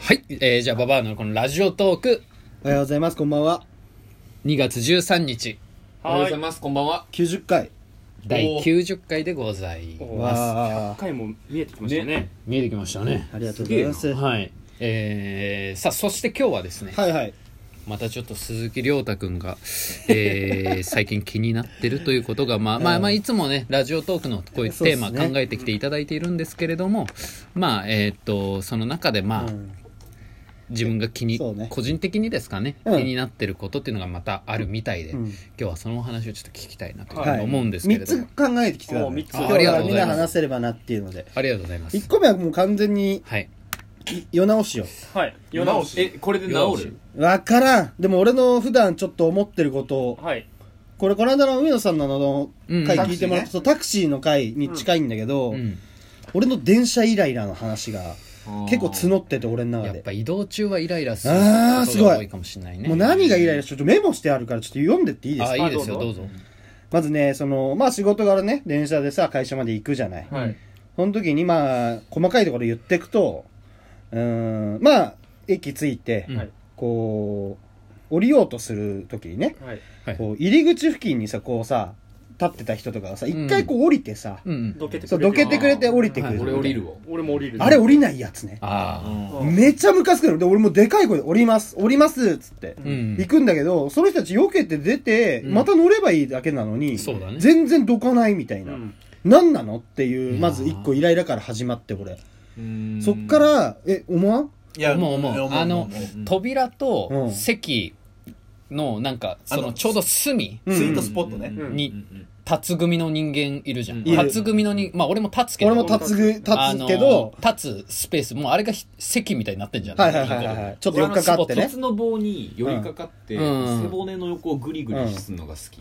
はい、えー、じゃあババアのこのラジオトークおはようございますこんばんは2月13日おはようございます、こんばんは。 90回第90回でございますわあ回も見えてきましたね。見えてきましたねありがとうございますはいえー、さあそして今日はですね、はいはいまたちょっと鈴木亮太君が、え ー、最近気になってるということが、まあまあまあ、いつもねラジオトークのこういうテーマそうっすね考えてきていただいているんですけれども、まあえーっとその中でまあ、うん自分が気に、そうね個人的にですかね、うん気になってることっていうのがまたあるみたいで、うん今日はそのお話をちょっと聞きたいなというふうはにい思うんですけれ3ども、つ考えてきてたのおね三つ今あり日がとはうごみんざいなます話せればなっていうのでありがとうございます1個目はもう完全にはい世直しよはい。世直し。え、これで世直治しるわからんでも俺の普段ちょっと思ってることをはい。これこの間の上野さんのあのうん回聞いてもらったタクシーの回に近いんだけど、うん、俺の電車イライラの話が結構募ってて俺の中やっでぱ移動中はイライラするあーことがすご多いいかもしれないねもう何がイライラしてるちょっとメモしてあるからちょっと読んでっていいですあかいいですよあどどううぞぞまずねそのまあ仕事柄ね電車でさ会社まで行くじゃない、はい。その時にまあ細かいところ言ってくとうーんまあ駅着いて、うんはい。こう降りようとする時にねはい。はいこう入り口付近にさこうさ立ってた人とかがさん一回こう降りてさ、うんうんどけてそうくれどけてくれて降りてくる、はい俺降りるわ。俺も降りる。あれ降りないやつねあめちゃムカつくので俺もでかい声で「降ります降ります」っつって、あうん行くんだけどその人たち避けて出て、うんまた乗ればいいだけなのに、そうだね全然どかないみたいな、うん何なのっていいうやーまず一個イライラから始まって俺うんそっか、らえ思わんいやもうもうあのト扉うとん席のなんかそあののちょうど隅うんツイートスポットね。うんに立つ組の人間いるじゃんうんいる立つ組のにまあ俺も立つけど俺も立つぐ立あつのけど、立つスペースもうあれがひ席みたいになってんじゃんはいはいはいはいはいちょっと寄っかかって鉄ねの棒に寄りかかって、うん背骨の横をグリグリするのが好き。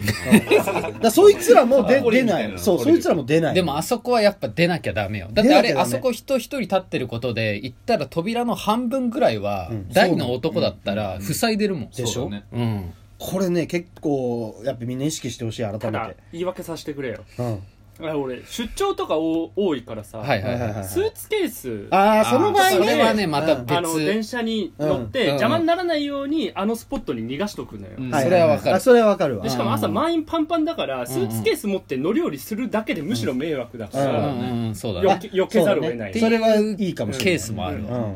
だからそいつらも出あ出な俺みたいないのそうそ俺みたいないつらも出ないでもあそこはやっぱ出なきゃダメよだってあれ、出なきゃダメあそこ人一人立ってることで行ったら扉の半分ぐらいはうん大の男だったら塞いでるもんでしそょうだねうんこれね結構やっぱみんな意識してほしい改めてただ、言い訳させてくれよ。うんはあ俺、出張とかお多いからさ、はいいははいいははいいはいスーツケース、ああその場合ねあーそれはねまたうん別あの、電車に乗っうんて、邪魔にならないように、あのスポットに逃がしとくのよ。うんいいいそれはわかるあそれはわかるわでしかも朝満員パンパンだからスーツケース持って乗り降りするだけでむしろ迷惑だかううらんうんそうだよねけ避けざるを得ないあそうだねそれはいいかもしれないケースもあるわうん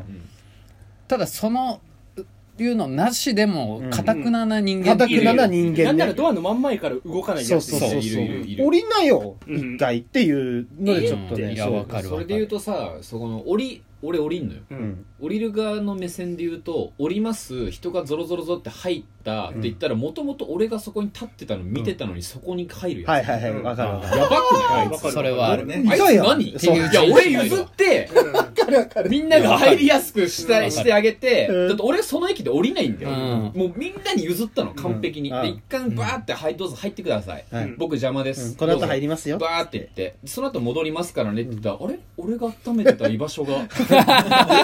ただそのいうのなしでもうんかたくなな人間かたっていくるなな人な間んならねドアの真ん前から動かないそやうつそうそうそういるいるいる降りなようん一回っていうのでちょっとうんねいやそうわかるそれで言うとさ、そこの降り、俺降りんのよ。ううんん降りる側の目線で言うと降ります人がゾロゾロゾロって入ったって言ったらもともと俺がそこに立ってたの見てたのにそこに入るやつ、はいはいはいわかるわかるやばくないあいわつかるそれはある ね痛あいいつやん何っていういや俺譲ってみんなが入りやすくしたいしてあげてうんだって俺その駅で降りないんだよ、うもうみんなに譲ったの完璧に、うんでうん一回バーって、はいどうぞ入ってください、はいうん僕邪魔でうす、んこの後入りりますよバーって言ってその後戻りますからねって言ったら、あれ俺が温めてた居場 所が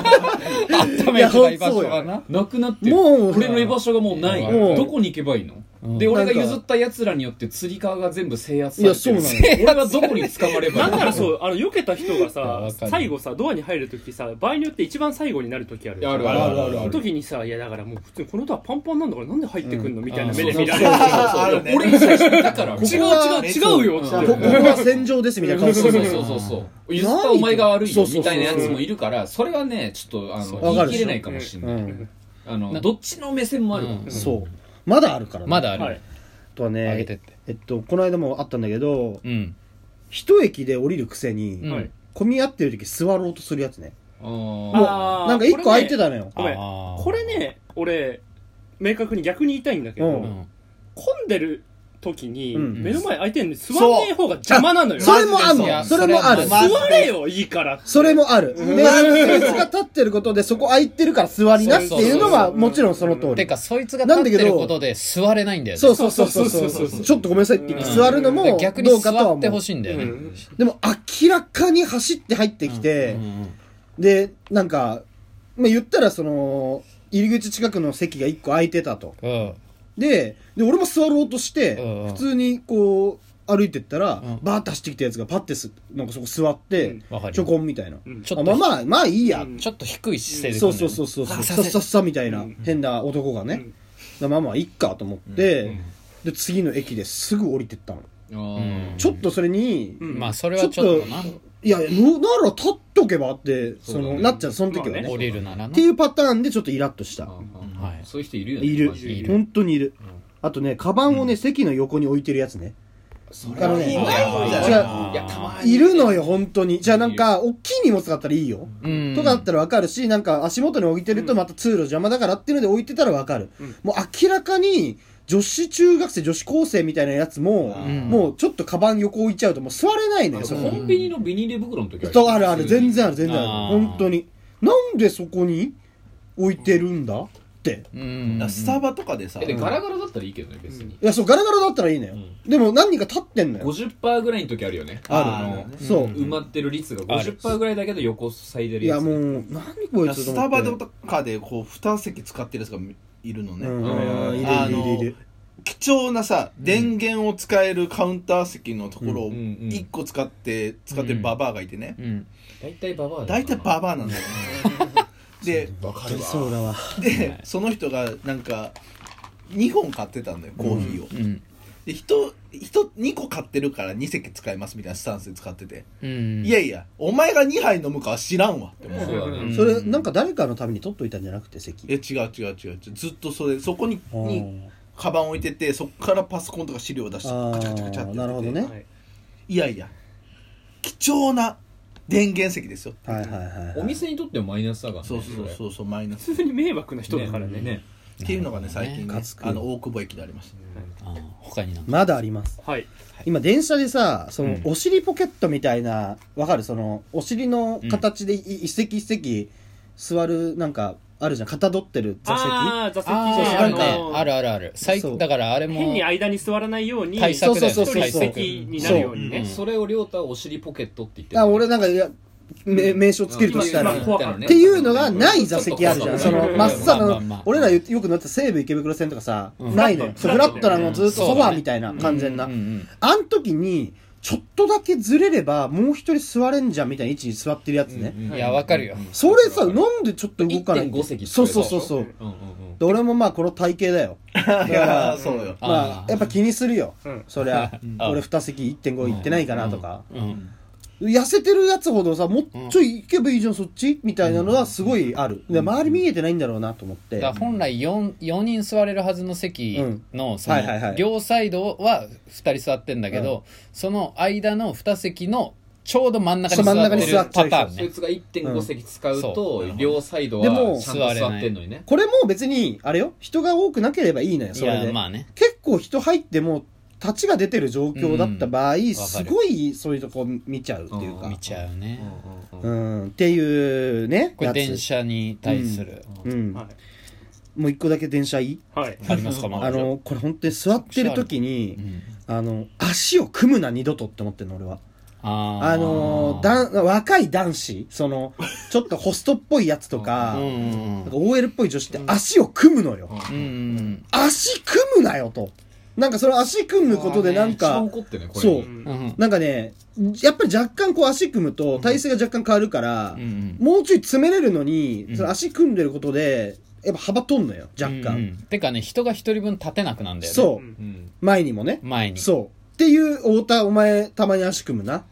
ダメだ居場所がななくなってるもう俺の居場所がもうない、うんどこに行けばいいの、うんで俺がなんか譲ったやつらによって釣り革が全部制圧さいれてるやそうな 俺はどこに捕まればいないんのならそう、あの、避けた人がいやわさか、る最後さ、ドアに入るときさ、場合によって一番最後になるときある。あるあるあるあるその時にさ、いやだからもう普通にこのドアパンパンなんだからなんで入ってくんのみたいなうん目でそう見そうらそうれそうあるね俺に最初だからこ違うはる。違うよそうここっは戦場ですみたいな顔そうすそるうのそうよそうそう譲ったお前が悪いよそうそうそうみたいなやつもいるからそれはねちょっとあそうのわか言るでい切しれょないかもしれうない、んあのなどっちの目線もある、うんそうまだあるからねまだて。あはいる。あとは上げてっねてえっとこの間もあったんだけどうん一駅で降りるくせうんにはい混み合ってる時座ろうとするやつねあーあーなんか一個空いてたのよごめんあーこれね、俺、明確に逆に言いたいんだけう、どうん混んでる時に、うん目の前空いてんのに座んねえ方が邪魔なのよ。それもあるいやのそれもあそれるもある座れよ、いいからって。それもある。で、あの、そいつが立ってることで、そこ空いてるから座りなっていうのは、もちろんその通てり。かそいつがなんだ立っけてどることで座れないんだよねそうそうそうそうそうそうそうそうちょっとごめんなさいって言って、座るだのからも、逆にどうかとは座思ってほう。しいんだよねうんでも、明らかに走って入ってきてうん、うんで、なんか、まあ、言ったら、その、入り口近くの席が一個空いてたと。うんうんで、で、俺も座ろうとしてうんうん、普通にこう、歩いてったら、うんバーッて走ってきたやつがパッてすなんかそこ座って、うんわかるちょこんみたいな、うんちょっあとまあまあまあいいや、うんちょっと低い姿勢でそう組んそでうるそうそうそうあささっせさっさみたいな、うん変な男がね、だからまあまあいっかと思って、で次の駅ですぐ降りてったの、あーうんちょっとそれに、うんまあそれはちょっとないやいやななら立っとけばってそそうだのねなっちゃうその時はね,、まあ降りるならなっていうパターンでちょっとイラッとしたあーはいそういう人いるよねいるマジでいる本当にいる、うんあとねカバンをね、席の横に置いてるやつねそあのねいないんじゃない違ういやたまにいるのよ本当にじゃあなんか大きい荷物だったらいいよ、うんとかだったらわかるしなんか足元に置いてるとまた通路邪魔だからっていうので置いてたらわかる、うんもう明らかに女子中学生女子高生みたいなやつも、うんもうちょっとカバン横置いちゃうともう座れないのあよそそうこコンビニのビニール袋の時とあるある全然ある全然あるあー本当になんでそこに置いてるんだってうんらスタバとかでさえでガラガラだったらいいけどね別にいやそうガラガラだったらいいのよ、うんでも何人か立ってんのよ50%ぐらいの時あるよねあのるあるねそう、うん埋まってる率がある50%ぐらいだけど横塞いでるいややつもう何こいつとス思タってバとかでこう2席使ってるやつがいるのね、うんうんいあるいるのいるいる貴重なさ電源を使えるカウンター席のところうんをうん1個使って使ってるババアがいてねうん大体ババアだ大体ババアなんだよねでわかるわそうだわでその人がなんか2本買ってたんだよコーヒーを、うんで人人2個買ってるから2席使いますみたいなスタンスで使ってて、うんいやいやお前が2杯飲むかは知らんわって思うそうだうんねそれなんか誰かのために取っといたんじゃなくて席え違う違う違う違うずっとそれそこにあーにカバン置いててそこからパソコンとか資料を出してあーカチャカチャカチャってやっててなるほどねはいいやいや貴重な電源席ですよはいはいはいお店にとってもマイナスだからねそうそうそうそうマイナス普通に迷惑な人だからねねっていうのがね最近ねかつくあの大久保駅でありましたあー他になんかまだありますはい今電車でさそのうんお尻ポケットみたいなわかるそのお尻の形でい一席一席座るなんかあるじゃんかたどってる座席ああ座席あーあるそうねそうなんねのあるあるある最そうだからあれも変に間に座らないように対一策だよねそう人そうそう一そう席になるようにうんねそれを亮太はお尻ポケットって言ってあ俺なんかいやめ名称つけるとしたらうん今っ今ていうのがない座席あるじゃんそのうん真っさまらあまあまのあ俺らよく乗ってた西武池袋線とかさうんな いのよフそうラフラットットなのずっとうソんファーみたいな完全なうんうんあん時にちょっとだけずれればもう一人座れんじゃんみたいな位置に座ってるやつねうんいやわかるよそれさなんでちょっと動かないんだよ1.5席そうそうそうそううんうんうんで俺もまあこの体型だよ いやーそうよまあ、あーやっぱ気にするよ、うんそりゃ、あ俺2席1.5行ってないかなとか、うん痩せてるやつほどさもううんちょい行けばいいじゃんそっちみたいなのはすごいある、で周り見えてないんだろうなと思って、だから本来 4, 4人座れるはずの席のそはいはいはのい両サイドは2人座ってんだけどその間の2席のちょうど真ん中に座ってるそう真パん中に座っタちゃうーンそいねつが1.5席使うそと両サイドはでちもゃんと座ってんのにねこれも別にあれよ人が多くなければいいのよいそれやで、まあね結構人入っても立ちが出てる状況だった場合、るすごいそういうとこ見ちゃうっていうか、見ちゃうねうんうんううんんっていうねこれやつ電車に対するうんはもう一個だけ電車いいいはいありますかまあのこれ本当に座ってる時に、あの足を組むな二度とって思ってるの俺はあーあのだん若い男子そのちょっとホストっぽいやつとか,、うんうんなんか OL っぽい女子って足を組むのよ、うんうん足組むなよとなんかその足組むことでなん一番か、怒ってねこれそううんうんうんなんかねやっぱり若干こう足組むと体勢が若干変わるから、うんもうちょい詰めれるのに、うんその足組んでることでやっぱ幅取んのよ若干、うんうんてかね人が一人分立てなくなんだよねそう、うんうん前にもね前にそう。っていう、太田、お前、たまに足組むな。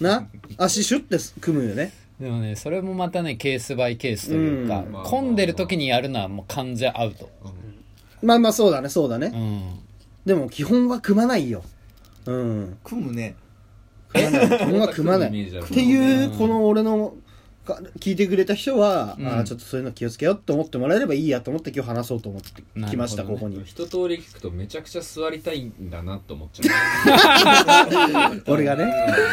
な足シュッて組むよね。でもねそれもまたねケースバイケースというか、うん混んでる時にやるのはもう完全アウト、まあまあ、そうだね、そうだうね。ん、でも、基本は組まないよ。うん。組むね組まない。基本は組まない。組むイメージあっるていう、この俺の、か聞いてくれた人は、うんああちょっとそういうの気をつけようって思ってもらえればいいやと思って今日話そうと思ってきました、なるこほこどに。一通り聞くとめちゃくちゃ座りたいんだなと思っち ゃ俺がね。う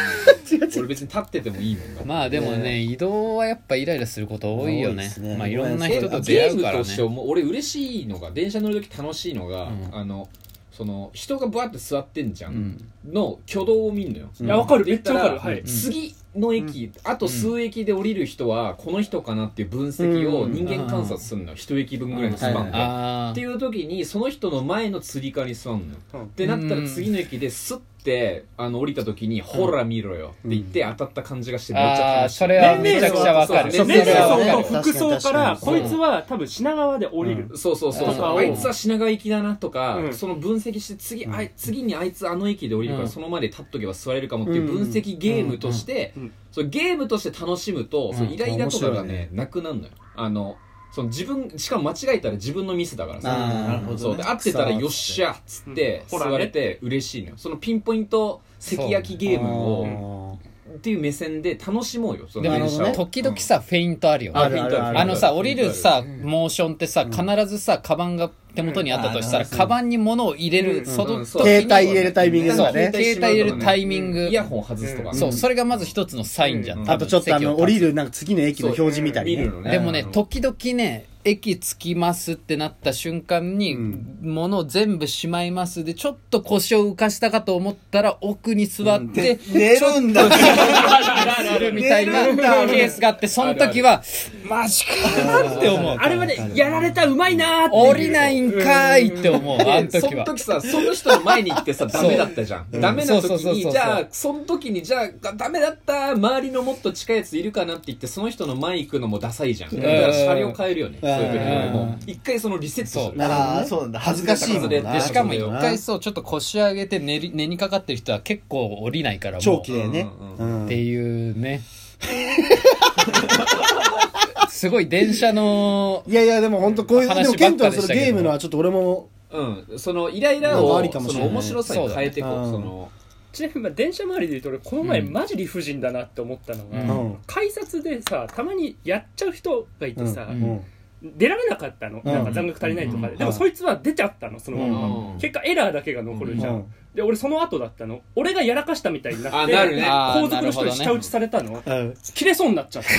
俺別に立っててもいいもんなまあでもね移動はやっぱイライラすること多いよ多いでねすねまあいろんなえ人と出会うかゲームらとねしても俺嬉しいのが電車乗る時楽しいのが、うんあのその人がバーって座ってんじゃ、うんんの挙動を見んのよ、うんいやわかるでめっちゃわかる言ったらはい次の駅、あと数駅で降りる人はこの人かなっていう分析をうん人間観察するの一駅分ぐらいのスパンで、あっていう時にその人の前のつり革に座るのようんってなったら次の駅でスッてあの降りた時に「ほら見ろよ」って言って当たった感じがしてめっちゃあ楽ーしいそれはめちゃくちゃわかるそうそう年それはわ齢か層るの服装から確かこにいつは多分品川で降りる、そうそうそうとそうかをあいつは品川行きだなとか、うんその分析して次,、あい次にあいつあの駅で降りるから、うんその前で立っとけば座れるかもっていう分析ゲームとして、うんうんうんそのゲームとして楽しむと、んそのイライラとかが面白いねねなくなるのよあのその自分しかも間違えたら自分のミスだからさあーなるほそうどでね合ってたらよっしゃっつってうん座れて嬉しいのよそのピンポイント関焼きゲームををっていう目線で楽しもうよそーので電なるほど車をも時々さフェイントあるよねあるあるあのさ、降りるさ、んモーションってさ、必ずさ、カバンが手元にあったとしたら、うんあーカバンに物を入れうる、んそのうん時に携帯入れるタイミングそがうね携帯入れるタイミングイ。ヤホン外すとか、うんそう、それがまず一つのサインじゃ。うんん多あ分とちょっとあの降り。席を立るなんか次の駅の表示みたい見るにのつねでもねう、ん時々ね、駅着きますってなった瞬間に、うん物を全部しまいますで、ちょっと腰を浮かしたかと思ったら、奥に座って、寝ちょっるんだとするみたいな寝るんだケースがあって、その時は、マジかーって思う。あれはねやられたうまいなーっていう降りないんかーいって思う、あので時はその。時さその人の前に行ってさダメだったじゃん、ダメな時そうそうそうそにうじゃあその時にじゃあダメだった周りのもっと近いやついるかなって言ってその人の前行くのもダサいじゃんだから車両変えるよねそういう時にもう一回そのリセットすそうるああそうなんだ恥ずかしいもん外れなてでしかもそう一だよ回そうちょっと腰上げて寝り寝にかかってる人は結構降りないからもう超綺麗ねうんうっんていうね すごい電車のいやいやでも本当こういうでも話ケばっントかのでしそたのけどゲームのはちょっと俺もうんそのイライラなんかをありかもしそれのない面白さに変えていこうそうだねそうんのちなみにまあ電車周りで言うと俺この前うんマジ理不尽だなって思ったのが、ううんん改札でさたまにやっちゃう人がいてさ、うんうん出られなかったの、うんなんか残額足りないとかで、うんでもそいつは出ちゃったのそのまま、うん結果エラーだけが残るじゃん、うんで俺その後だったの俺がやらかしたみたいになってあなるね後続の人に下打ちされたの、うん切れそうになっちゃって